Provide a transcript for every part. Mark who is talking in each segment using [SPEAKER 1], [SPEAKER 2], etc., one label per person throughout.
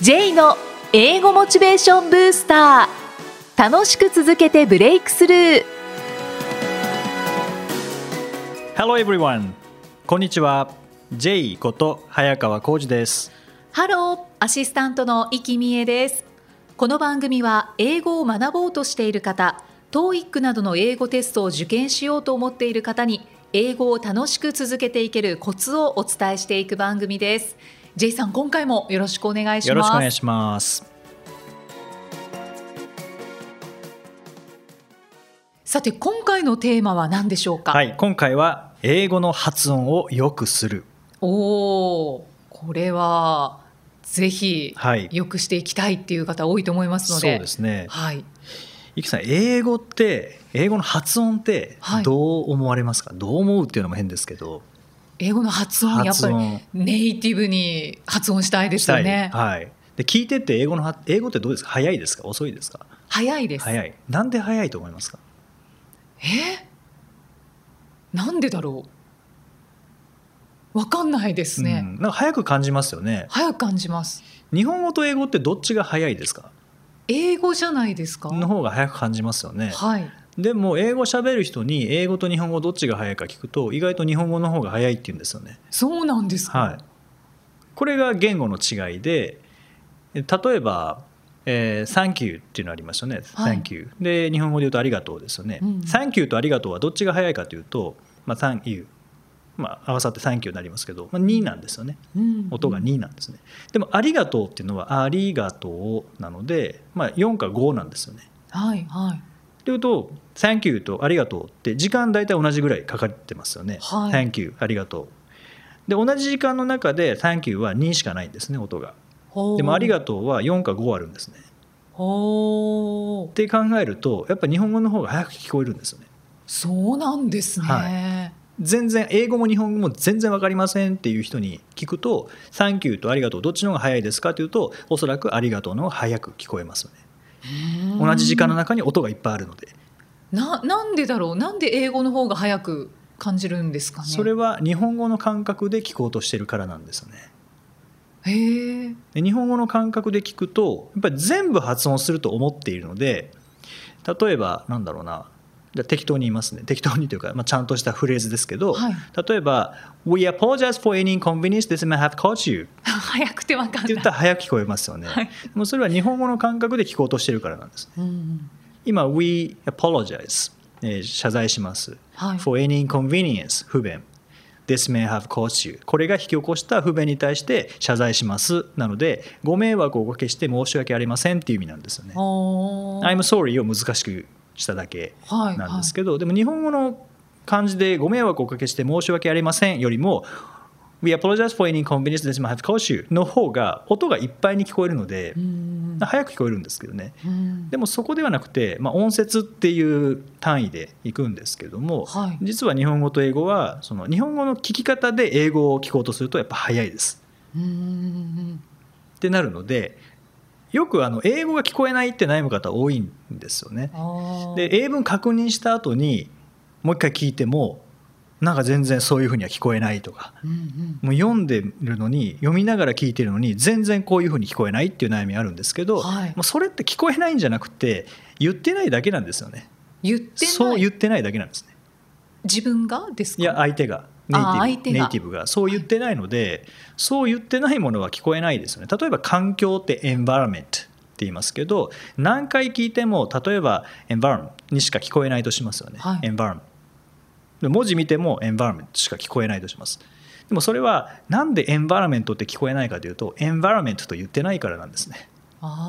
[SPEAKER 1] J の英語モチベーションブースター楽しく続けてブレイクスルー
[SPEAKER 2] Hello everyone こんにちは J こと早川浩二です
[SPEAKER 1] ハローアシスタントの生きみえですこの番組は英語を学ぼうとしている方 TOEIC などの英語テストを受験しようと思っている方に英語を楽しく続けていけるコツをお伝えしていく番組です J さん今回もよろしくお願いし
[SPEAKER 2] よろしくお願
[SPEAKER 1] ま
[SPEAKER 2] い
[SPEAKER 1] す
[SPEAKER 2] します
[SPEAKER 1] さて今回のテーマは何でしょうか、
[SPEAKER 2] はい今回は英語の発音を良くする
[SPEAKER 1] おおこれはぜひ
[SPEAKER 2] はい
[SPEAKER 1] よくしていきたいっていう方多いと思います
[SPEAKER 2] そ
[SPEAKER 1] の
[SPEAKER 2] う
[SPEAKER 1] で,、
[SPEAKER 2] ですね
[SPEAKER 1] はい
[SPEAKER 2] ゆきさん英語って英語の発音って
[SPEAKER 1] はい
[SPEAKER 2] どう思われますか、どう思うっていうのも変ですけど
[SPEAKER 1] 英語の発音やっ
[SPEAKER 2] 発
[SPEAKER 1] ぱり
[SPEAKER 2] 音
[SPEAKER 1] ネイティブに発音したいで
[SPEAKER 2] し
[SPEAKER 1] す
[SPEAKER 2] た
[SPEAKER 1] よ
[SPEAKER 2] い、
[SPEAKER 1] ね
[SPEAKER 2] はいで聞いてって英語の発英語ってどうですか早いですか遅いですか
[SPEAKER 1] 早いです
[SPEAKER 2] 早いなんで早いと思いますか
[SPEAKER 1] えなんでだろうわかんないですね、
[SPEAKER 2] うん、なんか早く感じますよね
[SPEAKER 1] 早く感じます
[SPEAKER 2] 日本語と英語ってどっちが早いですか
[SPEAKER 1] 英語じゃないですか
[SPEAKER 2] の方が早く感じますよね
[SPEAKER 1] はい
[SPEAKER 2] でも英語喋る人に英語と日本語どっちが早いか聞くと意外と日本語の方が早いって言うんですよね。
[SPEAKER 1] そうなんですか、
[SPEAKER 2] はい、これが言語の違いでえ例えば「えー Thank you」っていうのありますよね「
[SPEAKER 1] はい
[SPEAKER 2] Thank you」で日本語で言うと「ありがとう」ですよね
[SPEAKER 1] う
[SPEAKER 2] 「
[SPEAKER 1] ん
[SPEAKER 2] Thank you」と「ありがとう」はどっちが早いかというと「まあ、Thank you」まあ、合わさって「Thank you」になりますけど、まあ、2なんですよね
[SPEAKER 1] うん
[SPEAKER 2] 音が2なんですね。でも「ありがとう」っていうのは「ありがとう」なので、まあ、4か5なんですよね。
[SPEAKER 1] はいはい
[SPEAKER 2] というと「Thank you」と「ありがとう」って時間大体同じぐらいかかってますよね「
[SPEAKER 1] はい
[SPEAKER 2] Thank you」「ありがとう」で同じ時間の中で「Thank you」は2しかないんですね音がでも「あり
[SPEAKER 1] と
[SPEAKER 2] がとう」は4か5あるんですね
[SPEAKER 1] うほう
[SPEAKER 2] って考えるとやっぱ日本語の方が早く聞こえるんですよね
[SPEAKER 1] そうなんですね。
[SPEAKER 2] は全然英語も日本語も全然わかりませんっていう人に聞くと「Thank you」と「ありがとう」どっちの方が早いですかというとおそらく「ありがとう」の方が早く聞こえますよね
[SPEAKER 1] うん
[SPEAKER 2] 同じ時間の中に音がいっぱいあるので
[SPEAKER 1] ななんでだろうなんで英語の方が早く感じるんですかね。
[SPEAKER 2] それは日本語の感覚で聞こうとしてるからなんですよね
[SPEAKER 1] へえ
[SPEAKER 2] で日本語の感覚で聞くとやっぱり全部発音すると思っているので例えばなんだろうなじゃあ適当に言いますね適当にというか、まあ、ちゃんとしたフレーズですけど、
[SPEAKER 1] はい
[SPEAKER 2] 例えば「We apologize for any inconvenience this may have caused you」
[SPEAKER 1] 早くてわか
[SPEAKER 2] っ
[SPEAKER 1] んな
[SPEAKER 2] て言っ
[SPEAKER 1] い
[SPEAKER 2] た。ら早く聞こえますよね、
[SPEAKER 1] はい
[SPEAKER 2] でもそれは日本語の感覚で聞こうとしてるからなんです
[SPEAKER 1] うん
[SPEAKER 2] 今「We apologize」えー謝罪します
[SPEAKER 1] はい。
[SPEAKER 2] for any inconvenience 不便 This may have caused you これが引き起こした不便に対して謝罪しますなのでご迷惑をおかけして申し訳ありませんっていう意味なんですよね
[SPEAKER 1] おー
[SPEAKER 2] I'm sorry を難しくしただけ
[SPEAKER 1] はい
[SPEAKER 2] なんですけど、でも日本語の漢字でご迷惑をおかけして申し訳ありませんよりも We apologize for any inconvenience this may have caused you の方が音がいっぱいに聞こえるので
[SPEAKER 1] はい、うん
[SPEAKER 2] 早く聞こえるんですけどね
[SPEAKER 1] うん
[SPEAKER 2] でもそこではなくて、まあ、音節っていう単位でいくんですけども、
[SPEAKER 1] はい
[SPEAKER 2] 実は日本語と英語はその日本語の聞き方で英語を聞こうとするとやっぱ早いです
[SPEAKER 1] うん
[SPEAKER 2] ってなるのでよくあの英語が聞こえないって悩む方多いんですよね。
[SPEAKER 1] あー
[SPEAKER 2] で英文確認した後にもう一回聞いてもなんか全然そういうふうには聞こえないとか
[SPEAKER 1] うんうん
[SPEAKER 2] もう読んでるのに読みながら聞いてるのに全然こういうふうに聞こえないっていう悩みあるんですけど、
[SPEAKER 1] はい
[SPEAKER 2] もうそれって聞こえないんじゃなくて言ってないだけなんですよね。
[SPEAKER 1] 言ってない
[SPEAKER 2] そう言ってないだけなんですね。
[SPEAKER 1] 自分がですか。
[SPEAKER 2] いや相手がネイティ
[SPEAKER 1] あ
[SPEAKER 2] ブ
[SPEAKER 1] 相手が
[SPEAKER 2] ネイティブがそう言ってないので、そう言ってないものは聞こえないですよね例えば環境ってエンバラメントって言いますけど何回聞いても例えばエンバラムにしか聞こえないとしますよね、
[SPEAKER 1] はい
[SPEAKER 2] エンバラム文字見てもエンバラメントしか聞こえないとしますでもそれはなんでエンバラメントって聞こえないかというとエンバラメントと言ってないからなんですね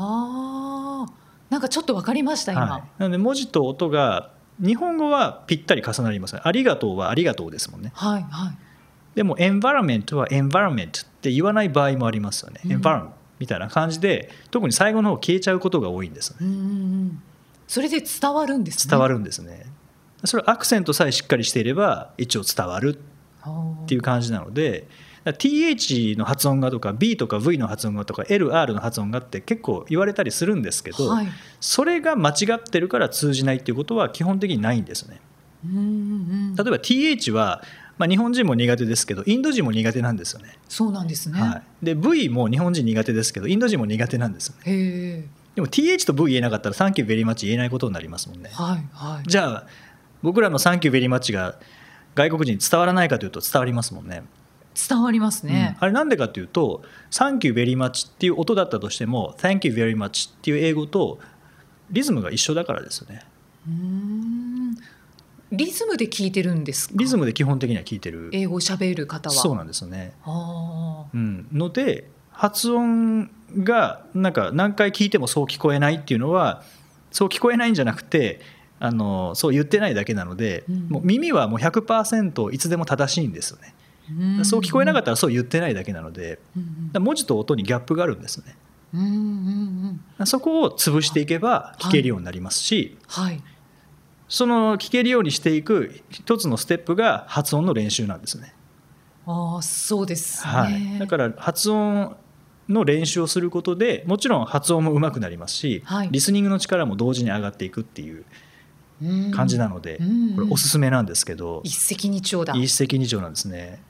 [SPEAKER 1] ああなんかちょっとわかりました今。
[SPEAKER 2] はい、なので文字と音が日本語はぴったり重なりますねありがとうはありがとうですもんね
[SPEAKER 1] はいはい。
[SPEAKER 2] でも、エンバラメントはエンバラメントって言わない場合もありますよね。
[SPEAKER 1] うん
[SPEAKER 2] エンバラメントみたいな感じで、特に最後の方消えちゃうことが多いんですよね。
[SPEAKER 1] うんうんうんそれで伝わるんですね。
[SPEAKER 2] 伝わるんですね。それアクセントさえしっかりしていれば、一応伝わる
[SPEAKER 1] っ
[SPEAKER 2] っていう感じなので、だから TH の発音がとか、B とか V の発音がとか、LR の発音がって結構言われたりするんですけど、
[SPEAKER 1] はい、
[SPEAKER 2] それが間違ってるから通じないっていうことは基本的にないんですね。
[SPEAKER 1] うんうんうん
[SPEAKER 2] 例えば TH はまあ、日本人も苦手ですけどインド人も苦手なんですよね、
[SPEAKER 1] そうなんですね。
[SPEAKER 2] はい、で V も日本人苦手ですけどインド人も苦手なんですよね
[SPEAKER 1] へえ。
[SPEAKER 2] でも TH と V 言えなかったら「サンキューベリーマッチ」言えないことになりますもんね
[SPEAKER 1] はいはい。
[SPEAKER 2] じゃあ僕らの「サンキューベリーマッチ」が外国人に伝わらないかというと伝わりますもんね
[SPEAKER 1] 伝わりますね
[SPEAKER 2] うん。あれなんでかというと「サンキューベリーマッチ」っていう音だったとしても「Thank you very much」っていう英語とリズムが一緒だからですよね
[SPEAKER 1] うーん。リズムで聞いてるんですか。
[SPEAKER 2] リズムで基本的には聞いてる
[SPEAKER 1] 英語を喋る方は。
[SPEAKER 2] そう
[SPEAKER 1] う。
[SPEAKER 2] なんですよね、
[SPEAKER 1] あ
[SPEAKER 2] うん、ので発音がなんか何回聞いてもそう聞こえないっていうのはそう聞こえないんじゃなくてあのそう言ってないだけなので、
[SPEAKER 1] うん
[SPEAKER 2] もう耳はもう100%いつでも正しいんですよね、
[SPEAKER 1] あ。
[SPEAKER 2] そう聞こえなか
[SPEAKER 1] っ
[SPEAKER 2] ったらそう言ってないだけなので
[SPEAKER 1] た。
[SPEAKER 2] だから文字と音にギャップがあるんですね
[SPEAKER 1] うんうんうん。
[SPEAKER 2] そこを潰していけば聞けるようになりますし、
[SPEAKER 1] はい。
[SPEAKER 2] その聞けるようにしていく一つのステップが発音の練習なんですね。
[SPEAKER 1] ああ、そうですね。
[SPEAKER 2] はい、だから発音の練習をすることでもちろん発音も上手くなりますし、
[SPEAKER 1] はい
[SPEAKER 2] リスニングの力も同時に上がっていくっていう
[SPEAKER 1] うん
[SPEAKER 2] 感じなので、
[SPEAKER 1] うん
[SPEAKER 2] これおすすめなんですけど、
[SPEAKER 1] 一石二鳥だ。
[SPEAKER 2] 一石二鳥なんですね。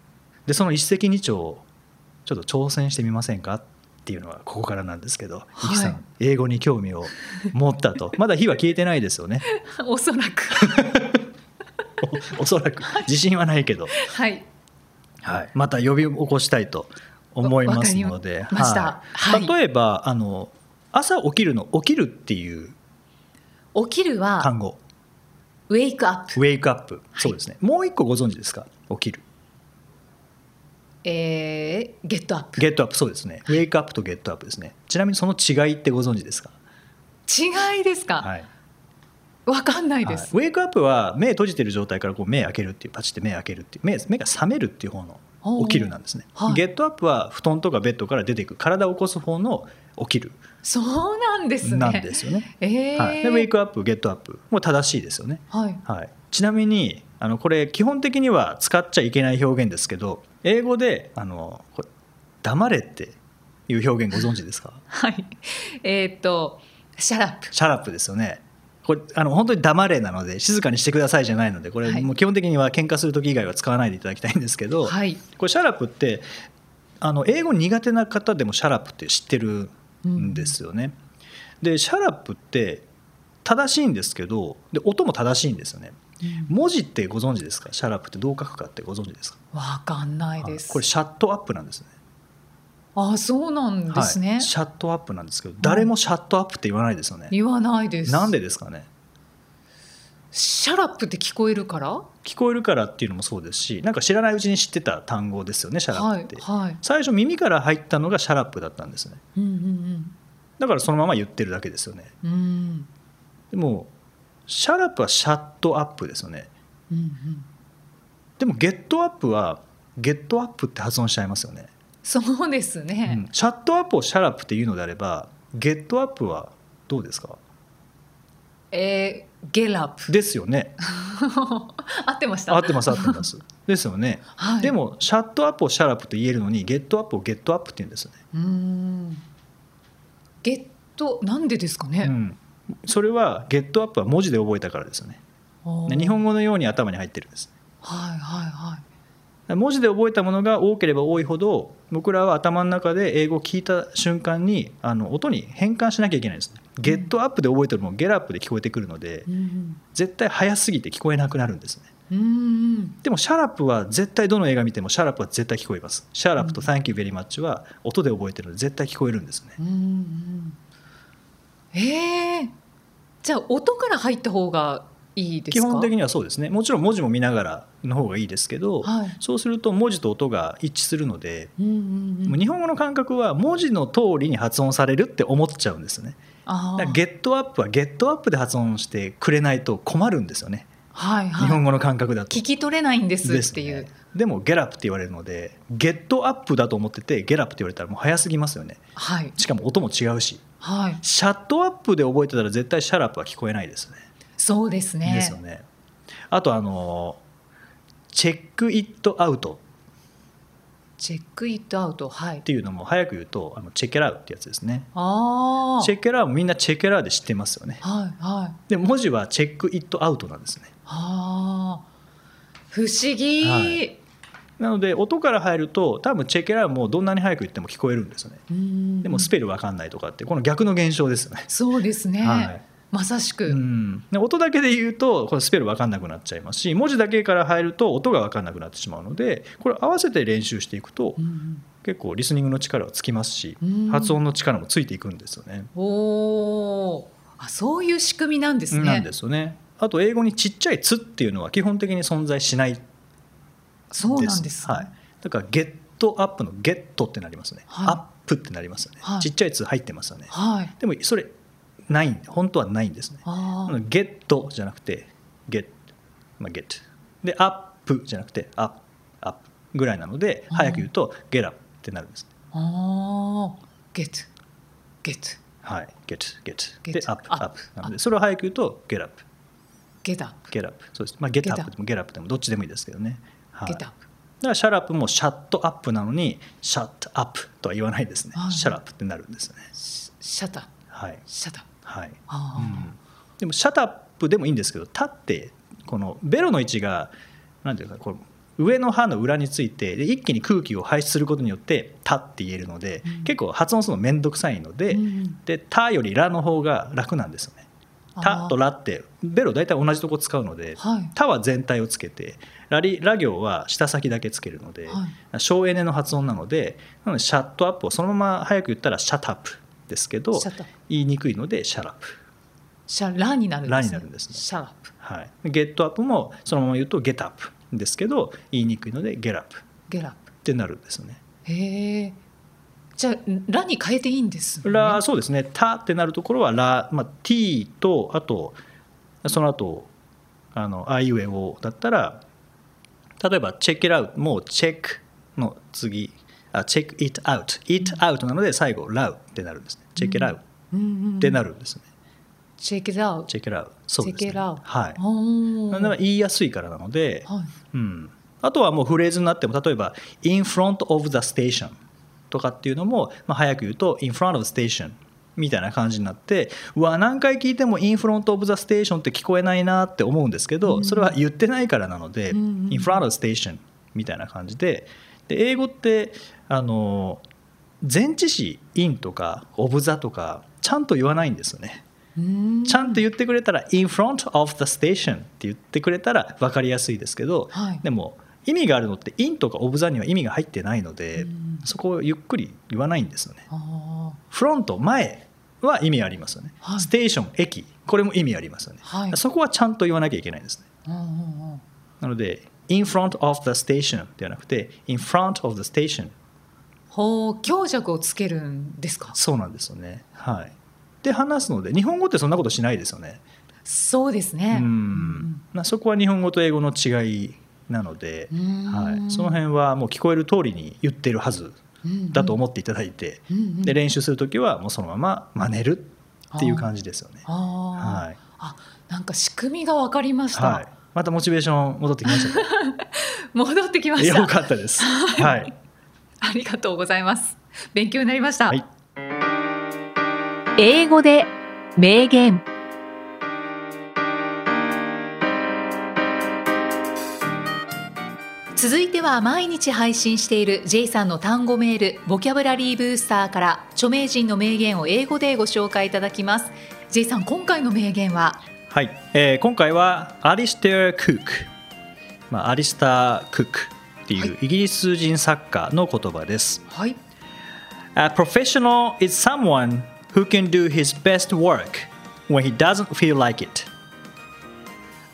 [SPEAKER 2] でその一石二鳥をちょっと挑戦してみませんかっていうのはここからなんですけど、
[SPEAKER 1] はい
[SPEAKER 2] ゆきさん英語に興味を持ったとまだ火は消えてないです よね
[SPEAKER 1] おそらく。
[SPEAKER 2] おおそらく自信はないけど、
[SPEAKER 1] はい。
[SPEAKER 2] はい、また呼び起こしたいと思いますので
[SPEAKER 1] わかりました
[SPEAKER 2] は
[SPEAKER 1] はいい
[SPEAKER 2] 例えばあの朝起きるの「起きる」っていう
[SPEAKER 1] 起きるは
[SPEAKER 2] 単語
[SPEAKER 1] ウェイクアッ
[SPEAKER 2] 「
[SPEAKER 1] プ。
[SPEAKER 2] ウェイクアップ」そうですねもう一個ご存知ですか「起きる」
[SPEAKER 1] えー、ゲットアッ
[SPEAKER 2] 「
[SPEAKER 1] プ。
[SPEAKER 2] ゲットアップ」そうですね「ウェイクアップ」と「ゲットアップ」ですねちなみにその違いってご存知ですか、
[SPEAKER 1] 違いですか。
[SPEAKER 2] はい
[SPEAKER 1] わ、かんない
[SPEAKER 2] はい
[SPEAKER 1] で
[SPEAKER 2] ウ
[SPEAKER 1] す。
[SPEAKER 2] ェイクアップは目閉じてる状態からこう目開けるっていうパチって目開けるっていう目目が覚めるっていう方の
[SPEAKER 1] おー
[SPEAKER 2] 起きるなんですね、
[SPEAKER 1] はい
[SPEAKER 2] ゲットアップは布団とかベッドから出ていく体を起こす方の起きる
[SPEAKER 1] そうなんですね。
[SPEAKER 2] なんですよね
[SPEAKER 1] えー、
[SPEAKER 2] はい、でウェイクアップゲットアップも正しいですよね、
[SPEAKER 1] はい。
[SPEAKER 2] はい、ちなみにあのこれ基本的には使っちゃいけない表現ですけど英語であのこれ黙れっていう表現ご存 知ですか
[SPEAKER 1] はい。えーっと、シャラップ。
[SPEAKER 2] シャラップですよねこれあの本当に黙れなので静かにしてくださいじゃないのでこれ、
[SPEAKER 1] はい
[SPEAKER 2] もう基本的には喧嘩する時以外は使わないでいただきたいんですけど、
[SPEAKER 1] はい。
[SPEAKER 2] これシャラップってあの英語苦手な方でもシャラップって知ってるんですよね、でシャラップって正しいんですけどで音も正しいんですよね文字ってご存知ですかシャラップってどう書くかってご存知ですか
[SPEAKER 1] わかんない
[SPEAKER 2] はい
[SPEAKER 1] です。
[SPEAKER 2] これシャットアップなんですね
[SPEAKER 1] あ、そうなんですね。
[SPEAKER 2] はい、シャットアップなんですけど誰もシャットアップって言わないですよね、
[SPEAKER 1] 言わないです。
[SPEAKER 2] なんでですかね
[SPEAKER 1] シャラップって聞こえるから。
[SPEAKER 2] 聞こえるからっていうのもそうですしなんか知らないうちに知ってた単語ですよねシャラッ
[SPEAKER 1] は
[SPEAKER 2] プっ
[SPEAKER 1] い
[SPEAKER 2] て、。
[SPEAKER 1] はい。
[SPEAKER 2] 最初耳から入ったのがシャラップだったんですね
[SPEAKER 1] うんうん
[SPEAKER 2] だからそのまま言ってるだけですよね
[SPEAKER 1] うん。うん。
[SPEAKER 2] でもシャラップはシャットアップですよね
[SPEAKER 1] うんうん。
[SPEAKER 2] でもゲットアップはゲットアップって発音しちゃいますよね、
[SPEAKER 1] そうですね。
[SPEAKER 2] うんシャットアップをシャラップっていうのであればゲットアップはどうですか
[SPEAKER 1] えー、ゲラップ。
[SPEAKER 2] ですよね
[SPEAKER 1] 合ってました。
[SPEAKER 2] 合ってます合ってますですよね、
[SPEAKER 1] はい、
[SPEAKER 2] でもシャットアップをシャラップと言えるのにゲットアップをゲットアップって言うんですよ
[SPEAKER 1] うーんゲットなんでですかね、
[SPEAKER 2] ね、うん、それはゲットアップは文字で覚えたからですよね
[SPEAKER 1] あー
[SPEAKER 2] 日本語のように頭に入ってるんです
[SPEAKER 1] はいはいはい
[SPEAKER 2] 文字で覚えたものが多ければ多いほど僕らは頭の中で英語を聞いた瞬間にあの音に変換しなきゃいけないんですねゲットアップで覚えてるのもゲラップで聞こえてくるので
[SPEAKER 1] うん
[SPEAKER 2] 絶対早すぎて聞こえなくなるんですね
[SPEAKER 1] うんうん
[SPEAKER 2] でもシャラップは絶対どの映画見てもシャラップは絶対聞こえますシャラップと
[SPEAKER 1] うん
[SPEAKER 2] Thank you very much は音で覚えてるので絶対聞こえるんですね
[SPEAKER 1] うんうんえー、じゃあ音から入った方がいいです
[SPEAKER 2] 基
[SPEAKER 1] か
[SPEAKER 2] 本的
[SPEAKER 1] に
[SPEAKER 2] にはそうですねもちろん文字も見ながらの方がいいですけど
[SPEAKER 1] はい
[SPEAKER 2] そうすると文字と音が一致するので
[SPEAKER 1] うんうんうん
[SPEAKER 2] もう日本語の感覚は文字の通りに発音されるって思っちゃうんですね
[SPEAKER 1] あ
[SPEAKER 2] だから
[SPEAKER 1] ー
[SPEAKER 2] ゲットアップはゲットアップで発音してくれないと困るんですよね、
[SPEAKER 1] はいはい
[SPEAKER 2] 日本語の感覚だと。
[SPEAKER 1] 聞き取れないんです
[SPEAKER 2] です
[SPEAKER 1] っていう、
[SPEAKER 2] ねでもゲラップって言われるのでゲットアップだと思っててゲラップって言われたらもう早すぎますよね
[SPEAKER 1] はい
[SPEAKER 2] しかも音も違うし
[SPEAKER 1] はい
[SPEAKER 2] シャットアップで覚えてたら絶対シャラップは聞こえないですね
[SPEAKER 1] そうですね
[SPEAKER 2] ですよねあとあのチェックイットアウト
[SPEAKER 1] チェックイットアウトはい
[SPEAKER 2] っていうのも早く言うとあのチェケラウってやつですね
[SPEAKER 1] ああ
[SPEAKER 2] チェケラウみんなチェケラウで知ってますよね
[SPEAKER 1] はいはい
[SPEAKER 2] で文字はチェックイットアウトなんですね
[SPEAKER 1] ああ不思議、
[SPEAKER 2] はいなので音から入ると多分チェケラはもうどんなに早く言っても聞こえるんですよね
[SPEAKER 1] うん
[SPEAKER 2] でもスペルわかんないとかってこの逆の現象ですよね、
[SPEAKER 1] そうですね、
[SPEAKER 2] はい
[SPEAKER 1] まさしく、
[SPEAKER 2] うん、で音だけで言うとこのスペルわかんなくなっちゃいますし文字だけから入ると音がわかんなくなってしまうのでこれ合わせて練習していくと
[SPEAKER 1] うん
[SPEAKER 2] 結構リスニングの力はつきますし
[SPEAKER 1] うん
[SPEAKER 2] 発音の力もついていくんですよね。
[SPEAKER 1] おーあそういう仕組みなんですね。
[SPEAKER 2] なんですよね。あと英語にちっちゃい「つ」っていうのは基本的に存在しないです。
[SPEAKER 1] そうなんです、
[SPEAKER 2] はい、だから「ゲットアップ」の「ゲット」ってなりますね「
[SPEAKER 1] はい
[SPEAKER 2] アップ」ってなりますよね、
[SPEAKER 1] はい
[SPEAKER 2] ちっちゃい「つ」入ってますよね。
[SPEAKER 1] はい。
[SPEAKER 2] でもそれないんで本当はないんですね。
[SPEAKER 1] あー
[SPEAKER 2] ゲットじゃなくて「ゲット」まあ「ゲット」で「アップ」じゃなくて「アップ」アップぐらいなので
[SPEAKER 1] うん
[SPEAKER 2] 早く言うと「ゲラップ」ってなるんです。
[SPEAKER 1] あー、ゲット、ゲット、
[SPEAKER 2] はい、ゲット、ゲット。
[SPEAKER 1] Get
[SPEAKER 2] で、アップ、
[SPEAKER 1] up
[SPEAKER 2] アップ。なので、それを早く言うと、ゲッアップ、
[SPEAKER 1] ゲットアッ
[SPEAKER 2] ゲッアップ。そうです。まあ、ゲッ
[SPEAKER 1] Get
[SPEAKER 2] トアップでも、ゲッアップでも、どっちでもいいですけどね。は
[SPEAKER 1] プ、
[SPEAKER 2] い、
[SPEAKER 1] ゲッ
[SPEAKER 2] だ
[SPEAKER 1] トア
[SPEAKER 2] か
[SPEAKER 1] ップ。
[SPEAKER 2] ら、シャラップもシャットアップなのに、シャットアップとは言わないですね
[SPEAKER 1] は。い
[SPEAKER 2] シャラップってなるんですよね。
[SPEAKER 1] シシャタ、
[SPEAKER 2] はい、
[SPEAKER 1] シャタ。
[SPEAKER 2] はい。
[SPEAKER 1] あ
[SPEAKER 2] う
[SPEAKER 1] ー
[SPEAKER 2] ん、でも、シャットアップでもいいんですけど、立って、このベロの位置が、なんていうか、こう上の歯の裏についてで一気に空気を排出することによって「た」って言えるので、
[SPEAKER 1] うん
[SPEAKER 2] 結構発音するの面倒くさいので
[SPEAKER 1] うんうん
[SPEAKER 2] 「でた」より「ら」の方が楽なんですよね。
[SPEAKER 1] あー
[SPEAKER 2] タとラってベロ大体同じとこ使うので、
[SPEAKER 1] はい。
[SPEAKER 2] タは全体をつけてラリラ行は下先だけつけるので、
[SPEAKER 1] は
[SPEAKER 2] 省エネの発音なのでなのでシャットアップをそのまま早く言ったらシャタップですけど
[SPEAKER 1] シャタ
[SPEAKER 2] 言いにくいのでシャラップ、
[SPEAKER 1] シャラになるんです、ね。
[SPEAKER 2] ラになるんですね
[SPEAKER 1] シャラップ、
[SPEAKER 2] はい、ゲットアップもそのまま言うとゲタップですけど言いにくいのでゲラップっ
[SPEAKER 1] ゲラップ。
[SPEAKER 2] てなるんですよね。
[SPEAKER 1] へえ。じゃあラに変えていいんです、ね。
[SPEAKER 2] ラそうですね「た」ってなるところは「ラ」まあ「t」とあとその後あのあいうえお」だったら例えば「チェック・イット・アウト」もう「チェック」の次あ「チェック・イット・アウト」「イット・アウト」なので最後「ラウ」ってなるんですね「チェック・ラウ」
[SPEAKER 1] うんうんうん。
[SPEAKER 2] ってなるんですね
[SPEAKER 1] チェックダウ
[SPEAKER 2] 「
[SPEAKER 1] ト。
[SPEAKER 2] チェック・ラウ」そうですね
[SPEAKER 1] チェックラウ
[SPEAKER 2] はい
[SPEAKER 1] お
[SPEAKER 2] な
[SPEAKER 1] ー
[SPEAKER 2] んなら言いやすいからなので、
[SPEAKER 1] はい。
[SPEAKER 2] うん、あとはもうフレーズになっても例えば「in front of the station」とかっていうのも、まあ、早く言うと「in front of the station」みたいな感じになってうわ何回聞いても「in front of the station」って聞こえないなって思うんですけど、
[SPEAKER 1] うん
[SPEAKER 2] それは言ってないからなので
[SPEAKER 1] う
[SPEAKER 2] 「
[SPEAKER 1] んうん
[SPEAKER 2] in front of the station」みたいな感じでで英語ってあの前置詞「in」とか「of the」とかちゃんと言わないんですよね。
[SPEAKER 1] うーん
[SPEAKER 2] ちゃんと言ってくれたら「in front of the station」って言ってくれたら分かりやすいですけど、
[SPEAKER 1] はい
[SPEAKER 2] でも意味があるのって「in」とか「of the」には意味が入ってないので、
[SPEAKER 1] うん
[SPEAKER 2] そこをゆっくり言わないんですよね。
[SPEAKER 1] あ
[SPEAKER 2] フロント前は意味ありますよね。
[SPEAKER 1] はい
[SPEAKER 2] ステーション駅これも意味ありますよね。
[SPEAKER 1] はい
[SPEAKER 2] そこはちゃんと言わなきゃいけないんですね。
[SPEAKER 1] ーうんうんうん
[SPEAKER 2] なので「in front of the station」ではなくて「in front of the station」
[SPEAKER 1] ほう強弱をつけるんですか
[SPEAKER 2] そうなんですよね。はい、で話すので日本語ってそんなことしないですよね。
[SPEAKER 1] そうですね
[SPEAKER 2] う
[SPEAKER 1] うん
[SPEAKER 2] んまあ、そこは日本語と英語の違いなので、
[SPEAKER 1] うん
[SPEAKER 2] はい、その辺はもう聞こえる通りに言ってるはずだと思っていただいて、
[SPEAKER 1] うんうん
[SPEAKER 2] で練習する時はもうそのまま真似るっていう感じですよね。
[SPEAKER 1] あー、
[SPEAKER 2] はい
[SPEAKER 1] あなんか仕組みが分かりました、
[SPEAKER 2] はい、またモチベーション戻ってきました ね
[SPEAKER 1] 戻ってきま
[SPEAKER 2] い
[SPEAKER 1] し
[SPEAKER 2] や
[SPEAKER 1] た
[SPEAKER 2] よかったです。はい、
[SPEAKER 1] ありがとうございます勉強になりました、
[SPEAKER 2] はい
[SPEAKER 1] 英語で名言続いては毎日配信している J さんの単語メールボキャブラリーブースターから著名人の名言を英語でご紹介いただきます J さん今回の名言は
[SPEAKER 2] はいえー今回はアリステア・クック、まあ、アリスター・クックってい
[SPEAKER 1] は
[SPEAKER 2] うイギリス人作家の言葉です。
[SPEAKER 1] はい
[SPEAKER 2] A professional is someone who can do his best work when he doesn't feel like it.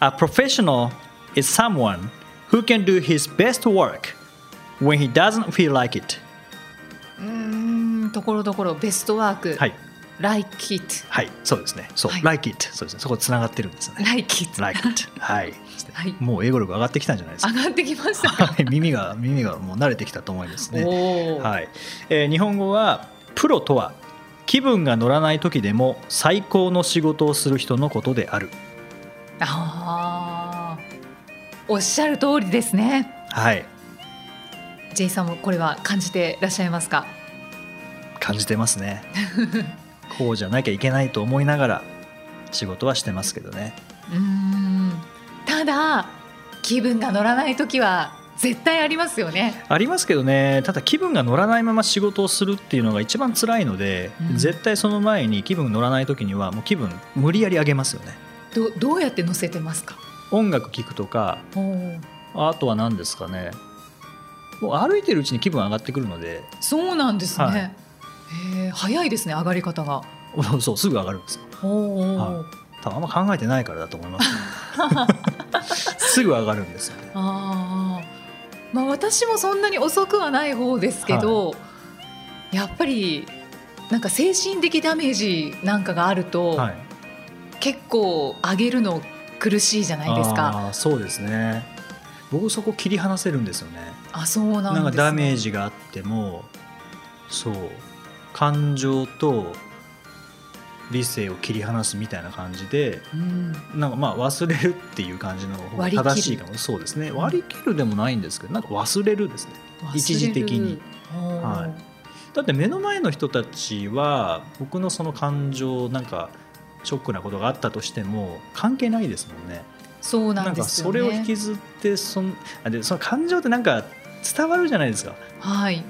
[SPEAKER 2] A professional is someone who can do his best work when he doesn't feel like it.
[SPEAKER 1] うーんところどころベストワーク、
[SPEAKER 2] はい、
[SPEAKER 1] Like it
[SPEAKER 2] はい、そうですね。そう、
[SPEAKER 1] はい
[SPEAKER 2] like it。そうですね。そこつながってるんですね。
[SPEAKER 1] Like it
[SPEAKER 2] like it。はい。ですね
[SPEAKER 1] はい
[SPEAKER 2] もう英語力上がってきたんじゃないです
[SPEAKER 1] 上
[SPEAKER 2] か。
[SPEAKER 1] がってきま したか、
[SPEAKER 2] はい、耳が耳がもう慣れてきたと思いますね。
[SPEAKER 1] おお、
[SPEAKER 2] はいえー日本語はプロとは気分が乗らない時でも最高の仕事をする人のことである、
[SPEAKER 1] ああおっしゃる通りですね
[SPEAKER 2] はい、
[SPEAKER 1] ジェイさんもこれは感じてらっしゃいますか
[SPEAKER 2] 感じてますね こうじゃなきゃいけないと思いながら仕事はしてますけどね
[SPEAKER 1] うーんただ気分が乗らない時は絶対ありますよね。
[SPEAKER 2] ありますけどねただ気分が乗らないまま仕事をするっていうのが一番辛いので、
[SPEAKER 1] うん
[SPEAKER 2] 絶対その前に気分乗らない時にはもう気分無理やり上げますよね
[SPEAKER 1] どどうやって載せてますか。
[SPEAKER 2] 音楽聴くとかあとは何ですかねもう歩いてるうちに気分上がってくるので
[SPEAKER 1] そうなんですね。
[SPEAKER 2] はい
[SPEAKER 1] えー早いですね上がり方が。
[SPEAKER 2] そうすぐ上がるんですよ
[SPEAKER 1] おー
[SPEAKER 2] は多分あんま考えてないからだと思 います、すぐ上がるんですよね
[SPEAKER 1] あーまあ私もそんなに遅くはない方ですけど、やっぱりなんか精神的ダメージなんかがあると、
[SPEAKER 2] はい
[SPEAKER 1] 結構上げるの苦しいじゃないですか。
[SPEAKER 2] あーそうですね僕そこ切り離せるんですよね
[SPEAKER 1] あそうなん
[SPEAKER 2] な
[SPEAKER 1] です、ね、
[SPEAKER 2] んかダメージがあってもそう感情と理性を切り離すみたいな感じで
[SPEAKER 1] うん
[SPEAKER 2] なんかまあ忘れるっていう感じの方が
[SPEAKER 1] 割り切る
[SPEAKER 2] 正しいかもそうですね割り切るでもないんですけどなんか忘れるですね一時的に。
[SPEAKER 1] 忘れる
[SPEAKER 2] は
[SPEAKER 1] おー
[SPEAKER 2] だって目の前の人たちは僕のその感情なんかショックなことがあったとしても関係ないですもんね
[SPEAKER 1] そう
[SPEAKER 2] な
[SPEAKER 1] なん
[SPEAKER 2] ん
[SPEAKER 1] で
[SPEAKER 2] か
[SPEAKER 1] す
[SPEAKER 2] そ
[SPEAKER 1] よ、ね、
[SPEAKER 2] れを引きずってそんあでその感情ってなんか伝わるじゃないですか
[SPEAKER 1] はい、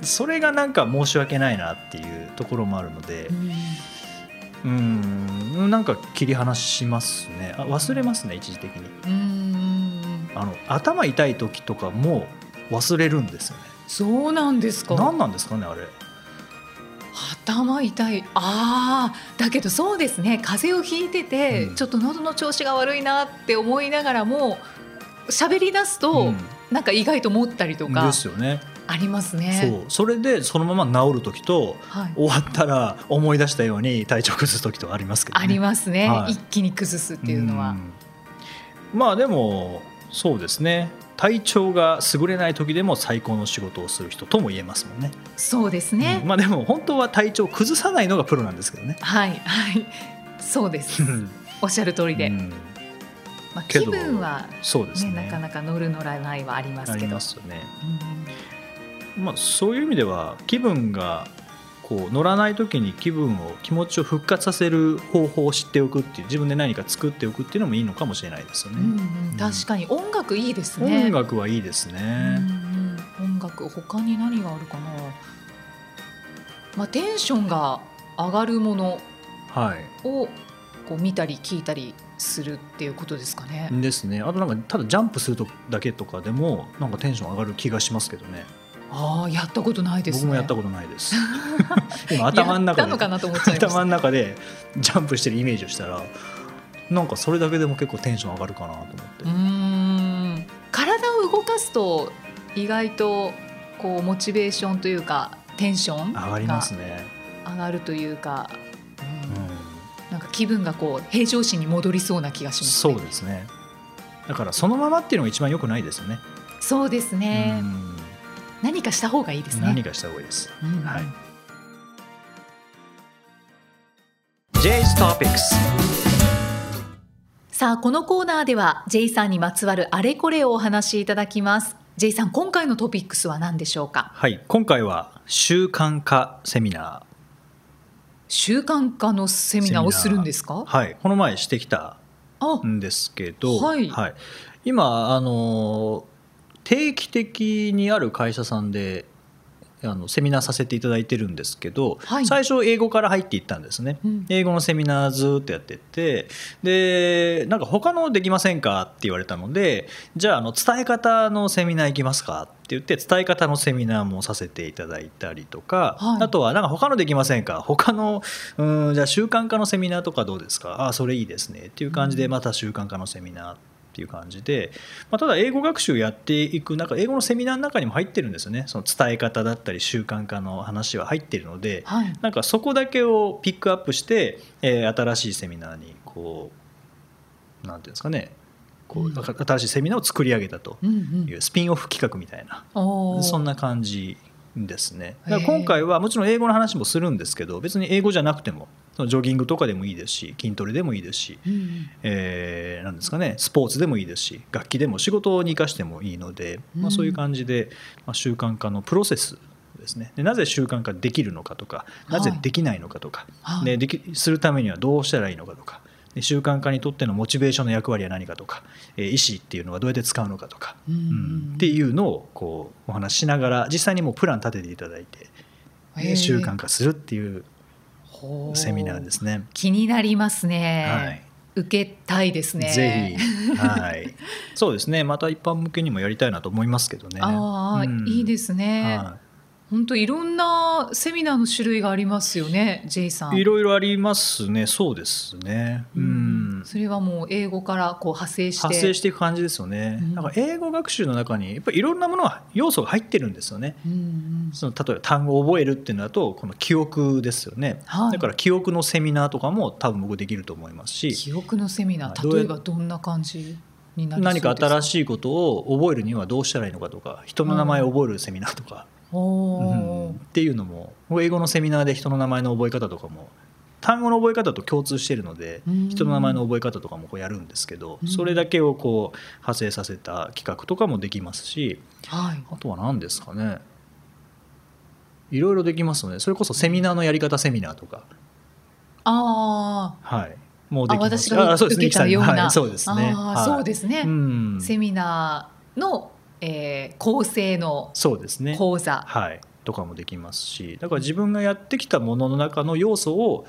[SPEAKER 2] それがなんか申し訳ないなっていうところもあるので
[SPEAKER 1] うん
[SPEAKER 2] うんなんか切り離しますねあ忘れますね一時的に
[SPEAKER 1] うん
[SPEAKER 2] あの頭痛い時とかも忘れるんですよね
[SPEAKER 1] そうなんですか
[SPEAKER 2] 何なんですかねあれ
[SPEAKER 1] 頭痛いあーだけどそうですね風邪をひいてて、
[SPEAKER 2] うん
[SPEAKER 1] ちょっと喉の調子が悪いなって思いながらも喋り出すと、
[SPEAKER 2] う
[SPEAKER 1] なんか意外と持ったりと
[SPEAKER 2] ん、
[SPEAKER 1] か
[SPEAKER 2] ですよね
[SPEAKER 1] ありますね。
[SPEAKER 2] そうそれでそのまま治る時と
[SPEAKER 1] はい、
[SPEAKER 2] 終わったら思い出したように体調崩す時とかありますけど、ね、
[SPEAKER 1] ありますね、
[SPEAKER 2] はい
[SPEAKER 1] 一気に崩すっていうのは。
[SPEAKER 2] んまあでもそうですね体調が優れない時でも最高の仕事をする人とも言えますもんね
[SPEAKER 1] そうですね、
[SPEAKER 2] うんまあでも本当は体調を崩さないのがプロなんですけどね
[SPEAKER 1] はいはいそう ですおっしゃる通 りで、
[SPEAKER 2] うん
[SPEAKER 1] まあ、
[SPEAKER 2] け
[SPEAKER 1] 気
[SPEAKER 2] ど
[SPEAKER 1] 分は、
[SPEAKER 2] そうです
[SPEAKER 1] ね
[SPEAKER 2] ね
[SPEAKER 1] なかなか乗る乗らないはあります
[SPEAKER 2] あ
[SPEAKER 1] け
[SPEAKER 2] り
[SPEAKER 1] ど
[SPEAKER 2] ま。すよね、
[SPEAKER 1] うん
[SPEAKER 2] まあ、そういう意味では気分がこう乗らない時に気分を気持ちを復活させる方法を知っておくっていう自分で何か作っておくっていうのもいいのかもしれないですよ
[SPEAKER 1] うん
[SPEAKER 2] ね、
[SPEAKER 1] う、
[SPEAKER 2] うんん
[SPEAKER 1] 確かに音楽いいですね。
[SPEAKER 2] 音楽はいいですね、
[SPEAKER 1] うんうん、音楽他に何があるかな。まあテンションが上がるもの
[SPEAKER 2] はい
[SPEAKER 1] をこう見たり聞いたりするっていうことですかね。
[SPEAKER 2] ですねあとなんかただジャンプするとだけとかでもなんかテンション上がる気がしますけどね
[SPEAKER 1] ああやったことないですね。
[SPEAKER 2] 僕もやった
[SPEAKER 1] こ
[SPEAKER 2] ことないです 今頭の中
[SPEAKER 1] やったのか
[SPEAKER 2] で
[SPEAKER 1] なと思っちゃいまし
[SPEAKER 2] 頭の中でジャンプしてるイメージをしたらなんかそれだけでも結構テンション上がるかなと思って、
[SPEAKER 1] た。うーん体を動かすと意外とこうモチベーションというかテンション
[SPEAKER 2] 上がり
[SPEAKER 1] が
[SPEAKER 2] ますね、
[SPEAKER 1] 上がるというか、
[SPEAKER 2] う
[SPEAKER 1] うん
[SPEAKER 2] ん、
[SPEAKER 1] なんか気分がこう平常心に戻りそうな気がします、
[SPEAKER 2] そ
[SPEAKER 1] ね。
[SPEAKER 2] うですねだからそのままっていうのが一番良くないですよね、
[SPEAKER 1] そうですね。
[SPEAKER 2] うん
[SPEAKER 1] 何かした方がいいですね。
[SPEAKER 2] 何かした方がいいです
[SPEAKER 1] うん
[SPEAKER 2] はい J's Topics
[SPEAKER 1] さあこのコーナーでは J さんにまつわるあれこれをお話しいただきます。J さん今回のトピックスは何でしょうか。
[SPEAKER 2] はい今回は習慣化セミナー
[SPEAKER 1] 習慣化のセミナーをするんですか。
[SPEAKER 2] はい、この前してきた
[SPEAKER 1] あ、
[SPEAKER 2] んですけど、
[SPEAKER 1] はい
[SPEAKER 2] 今あの定期的にある会社さんであのセミナーさせていただいてるんですけど、
[SPEAKER 1] はい
[SPEAKER 2] 最初英語から入っていったんですね。
[SPEAKER 1] うん
[SPEAKER 2] 英語のセミナーずーっとやっててでなんか他のできませんかって言われたのでじゃああの伝え方のセミナー行きますかって言って伝え方のセミナーもさせていただいたりとか、
[SPEAKER 1] はい
[SPEAKER 2] あとはなんか他のできませんか他のうーんじゃあ習慣化のセミナーとかどうですかああそれいいですねっていう感じでまた習慣化のセミナーっていう感じで、まあ、ただ英語学習やっていく中英語のセミナーの中にも入ってるんですよねその伝え方だったり習慣化の話は入ってるので、
[SPEAKER 1] はい。
[SPEAKER 2] なんかそこだけをピックアップして、えー新しいセミナーにこうなんていうんですかねこう、
[SPEAKER 1] うん
[SPEAKER 2] 新しいセミナーを作り上げたと
[SPEAKER 1] うん
[SPEAKER 2] いうスピンオフ企画みたいな、
[SPEAKER 1] うん。おー
[SPEAKER 2] そんな感じですね。
[SPEAKER 1] へー
[SPEAKER 2] だから今回はもちろん英語の話もするんですけど別に英語じゃなくてもそのジョギングとかでもいいですし筋トレでもいいですし、
[SPEAKER 1] うんうん
[SPEAKER 2] えーなんですかねスポーツでもいいですし楽器でも仕事に生かしてもいいので、
[SPEAKER 1] う
[SPEAKER 2] ま
[SPEAKER 1] ん
[SPEAKER 2] あ、そういう感じで、まあ、習慣化のプロセスですねでなぜ習慣化できるのかとかなぜできないのかとか、
[SPEAKER 1] はい
[SPEAKER 2] でできするためにはどうしたらいいのかとかで習慣化にとってのモチベーションの役割は何かとか、えー意思っていうのはどうやって使うのかとか、
[SPEAKER 3] うんうんうん
[SPEAKER 2] っていうのをこうお話ししながら実際にもうプラン立てていただいて、で
[SPEAKER 3] へー
[SPEAKER 2] 習慣化するっていう
[SPEAKER 3] ほう
[SPEAKER 2] セミナーですね。
[SPEAKER 1] 気になりますね、
[SPEAKER 2] はい
[SPEAKER 1] 受けたいですね
[SPEAKER 2] ぜ ひ、はい、そうですねまた一般向けにもやりたいなと思いますけどね。
[SPEAKER 1] ああ、
[SPEAKER 2] うん
[SPEAKER 1] いいですね、
[SPEAKER 2] はい
[SPEAKER 1] 本当いろんなセミナーの種類がありますよね J さん
[SPEAKER 2] いろいろありますね、そうですね。う
[SPEAKER 1] うんん、それはもう英語からこう派生して
[SPEAKER 2] 発生していく感じですよね。
[SPEAKER 1] うん
[SPEAKER 2] なんか英語学習の中にやっぱりいろんなものは要素が入ってるんですよね。
[SPEAKER 3] うんうん
[SPEAKER 2] その例えば単語を覚えるっていうのだとこの記憶ですよね。
[SPEAKER 1] はい
[SPEAKER 2] だから記憶のセミナーとかも多分僕できると思いますし。
[SPEAKER 1] 記憶のセミナ
[SPEAKER 2] はいど
[SPEAKER 1] ー
[SPEAKER 2] うや
[SPEAKER 1] 例えばどんな感じになりそうで
[SPEAKER 2] 何
[SPEAKER 1] すか
[SPEAKER 2] か新しいことを覚えるにはどうしたらいいのかとか人の名前を覚えるセミナーとか、
[SPEAKER 1] お
[SPEAKER 2] う
[SPEAKER 1] ー
[SPEAKER 2] んっていうのも僕英語のセミナーで人の名前の覚え方とかも単語の覚え方と共通しているので
[SPEAKER 3] うん
[SPEAKER 2] 人の名前の覚え方とかもこうやるんですけど
[SPEAKER 3] うん
[SPEAKER 2] それだけをこう派生させた企画とかもできますし
[SPEAKER 1] はい
[SPEAKER 2] あとは何ですかねいろいろできますのでそれこそセミナーのやり方セミナーとか
[SPEAKER 1] あ
[SPEAKER 2] はいもう
[SPEAKER 1] ー
[SPEAKER 2] で
[SPEAKER 1] あ
[SPEAKER 2] きま
[SPEAKER 1] 私
[SPEAKER 2] す
[SPEAKER 1] が
[SPEAKER 2] あそうです
[SPEAKER 1] 受
[SPEAKER 2] ね
[SPEAKER 1] けたような、
[SPEAKER 2] はいそうですね
[SPEAKER 1] あー
[SPEAKER 2] はい
[SPEAKER 1] そうですね、
[SPEAKER 2] うん
[SPEAKER 1] セミナーの、えー構成の
[SPEAKER 2] そうですね
[SPEAKER 1] 講座、
[SPEAKER 2] はい、とかもできますしだから自分がやってきたものの中の要素を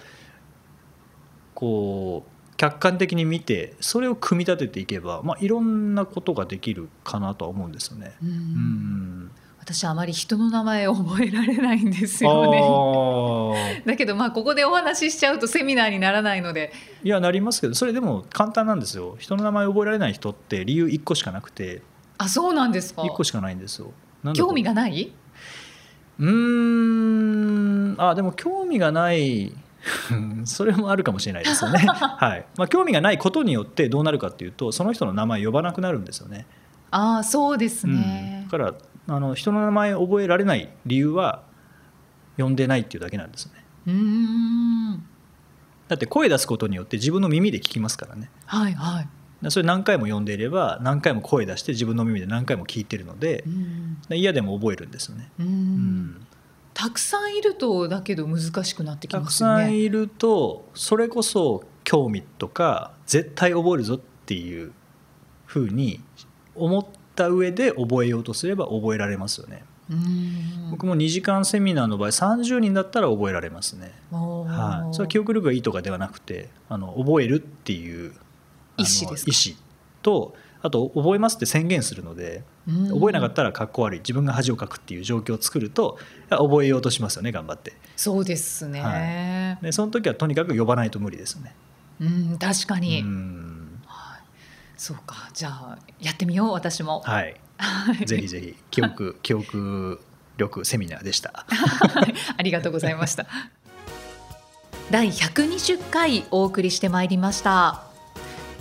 [SPEAKER 2] こう客観的に見てそれを組み立てていけば、まあ、いろんなことができるかなとは思うんですよね。
[SPEAKER 3] うん
[SPEAKER 2] うん、
[SPEAKER 1] 私あまり人の名前を覚えられないんです
[SPEAKER 2] あ
[SPEAKER 1] よね
[SPEAKER 2] ー
[SPEAKER 1] だけどまあここでお話ししちゃうとセミナーにならないので
[SPEAKER 2] いやなりますけどそれでも簡単なんですよ人の名前覚えられない人って理由1個しかなくて
[SPEAKER 1] あそうなんですか
[SPEAKER 2] 1個しかないんですよ。なんだろう
[SPEAKER 1] 興味がないう
[SPEAKER 2] ーんあでも興味がない うんそれもあるかもしれないですよね、はいまあ、興味がないことによってどうなるかっていうとその人の名前呼ばなくなるんですよね、
[SPEAKER 1] ああそうです
[SPEAKER 2] うん、だ
[SPEAKER 1] ね、
[SPEAKER 2] からあの人の名前覚えられない理由は呼んでないっていうだけなんですよね
[SPEAKER 1] うーん
[SPEAKER 2] だって声出すことによって自分の耳で聞きますからね
[SPEAKER 1] はいはい
[SPEAKER 2] だそれ何回も呼んでいれば何回も声出して自分の耳で何回も聞いてるので
[SPEAKER 3] うん
[SPEAKER 2] で嫌でも覚えるんですよね、
[SPEAKER 3] う
[SPEAKER 2] うんん
[SPEAKER 1] たくさんいるとだけど難しくなってき
[SPEAKER 2] た
[SPEAKER 1] ま
[SPEAKER 2] く
[SPEAKER 1] すよ
[SPEAKER 2] さん
[SPEAKER 1] ね
[SPEAKER 2] いるとそれこそ興味とか絶対覚えるぞっていうふうに思った上で覚えようとすれば覚えられますよね、
[SPEAKER 1] うーん
[SPEAKER 2] 僕も2時間セミナーの場合30人だったら覚えられますね、
[SPEAKER 1] おー
[SPEAKER 2] はい、それは記憶力がいいとかではなくてあの覚えるっていうあの
[SPEAKER 1] 意思ですか
[SPEAKER 2] 意思とあと覚えますって宣言するので
[SPEAKER 1] うん
[SPEAKER 2] 覚えなかったらかっこ悪い自分が恥をかくっていう状況を作ると覚えようとしますよね頑張って
[SPEAKER 1] そうですね、
[SPEAKER 2] でその時はとにかく呼ばないと無理ですよね
[SPEAKER 1] うん確かに、
[SPEAKER 2] うん
[SPEAKER 1] そうかじゃあやってみよう私も、
[SPEAKER 2] はい、ぜひぜひ記憶記憶力セミナーでした。
[SPEAKER 1] ありがとうございました。第120回お送りしてまいりました。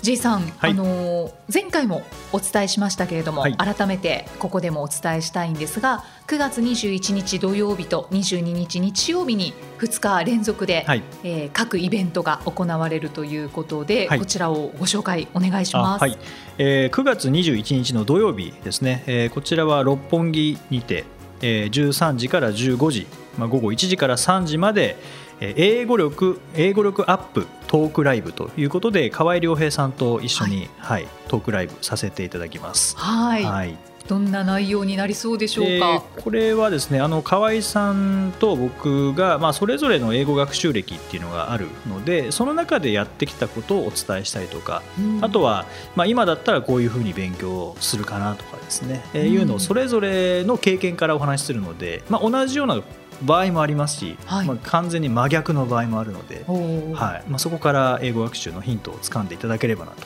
[SPEAKER 1] J さん、
[SPEAKER 2] い
[SPEAKER 1] あのー前回もお伝えしましたけれども、
[SPEAKER 2] はい
[SPEAKER 1] 改めてここでもお伝えしたいんですが9月21日土曜日と22日日曜日に2日連続で、
[SPEAKER 2] はい、
[SPEAKER 1] えー各イベントが行われるということで、
[SPEAKER 2] はい
[SPEAKER 1] こちらをご紹介お願いし
[SPEAKER 2] あ
[SPEAKER 1] ます。
[SPEAKER 2] はい、えー9月21日の土曜日ですね。えーこちらは六本木にて、えー13時から15時、まあ午後1時から3時まで。えー英語力英語力アップトークライブということで河合良平さんと一緒に、はいトークライブさせていただきます。
[SPEAKER 1] はい
[SPEAKER 2] はい、
[SPEAKER 1] どんな内容になりそうでしょう
[SPEAKER 2] で
[SPEAKER 1] か。
[SPEAKER 2] これはですねあの河合さんと僕が、まあ、それぞれの英語学習歴っていうのがあるのでその中でやってきたことをお伝えしたりとか、あとは、まあ、今だったらこういうふうに勉強するかなとかですね、えー
[SPEAKER 1] うん
[SPEAKER 2] いうのをそれぞれの経験からお話しするので、まあ、同じような場合もありますし、
[SPEAKER 1] はい
[SPEAKER 2] まあ、完全に真逆の場合もあるので、
[SPEAKER 1] おー
[SPEAKER 2] はいまあ、そこから英語学習のヒントをつかんでいただければなと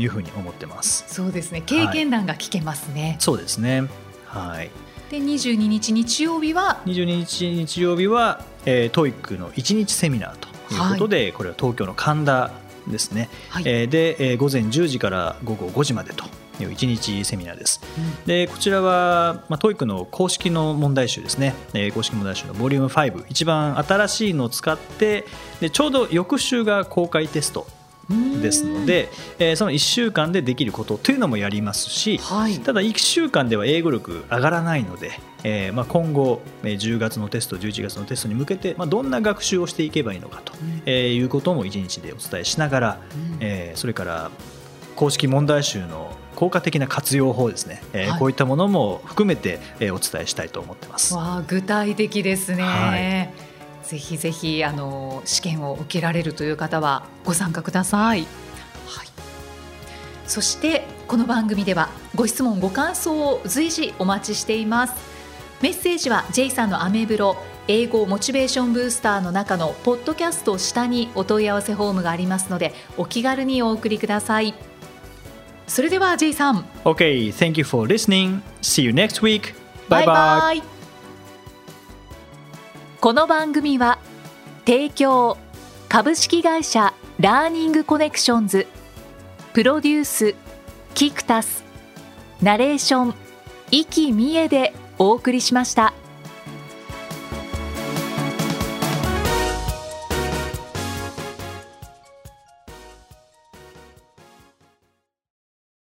[SPEAKER 2] いうふうに思ってます。
[SPEAKER 1] そうですね経験談が聞けますね。
[SPEAKER 2] そうですねはい
[SPEAKER 1] で22日日曜日は
[SPEAKER 2] 22日日曜日は、えー、トイックの1日セミナーということで、これは東京の神田ですね、
[SPEAKER 1] はい
[SPEAKER 2] えーで、えー午前10時から午後5時までという1日セミナーです、
[SPEAKER 3] う
[SPEAKER 2] でこちらは、まあ、トイックの公式の問題集ですね、えー公式問題集のボリューム5一番新しいのを使ってでちょうど翌週が公開テストですので、えーその1週間でできることというのもやりますし、
[SPEAKER 1] はい
[SPEAKER 2] ただ1週間では英語力上がらないので、えーまあ、今後、えー10月のテスト11月のテストに向けて、まあ、どんな学習をしていけばいいのかと、
[SPEAKER 1] うん
[SPEAKER 2] えーいうことも1日でお伝えしながら、えーそれから公式問題集の効果的な活用法ですね、えー
[SPEAKER 1] はい
[SPEAKER 2] こういったものも含めて、えーお伝えしたいと思ってます。
[SPEAKER 1] わあ具体的ですね、
[SPEAKER 2] は
[SPEAKER 1] ぜひぜひあの試験を受けられるという方はご参加ください、はい、そしてこの番組ではご質問ご感想を随時お待ちしていますメッセージは J さんのアメブロ英語モチベーションブースターの中のポッドキャスト下にお問い合わせフォームがありますのでお気軽にお送りくださいそれでは J さん
[SPEAKER 2] Okay, thank you for listening. See you next week. Bye bye.
[SPEAKER 1] バイこの番組は提供株式会社ラーニングコネクションズプロデュースキクタスナレーション生きみえでお送りしました。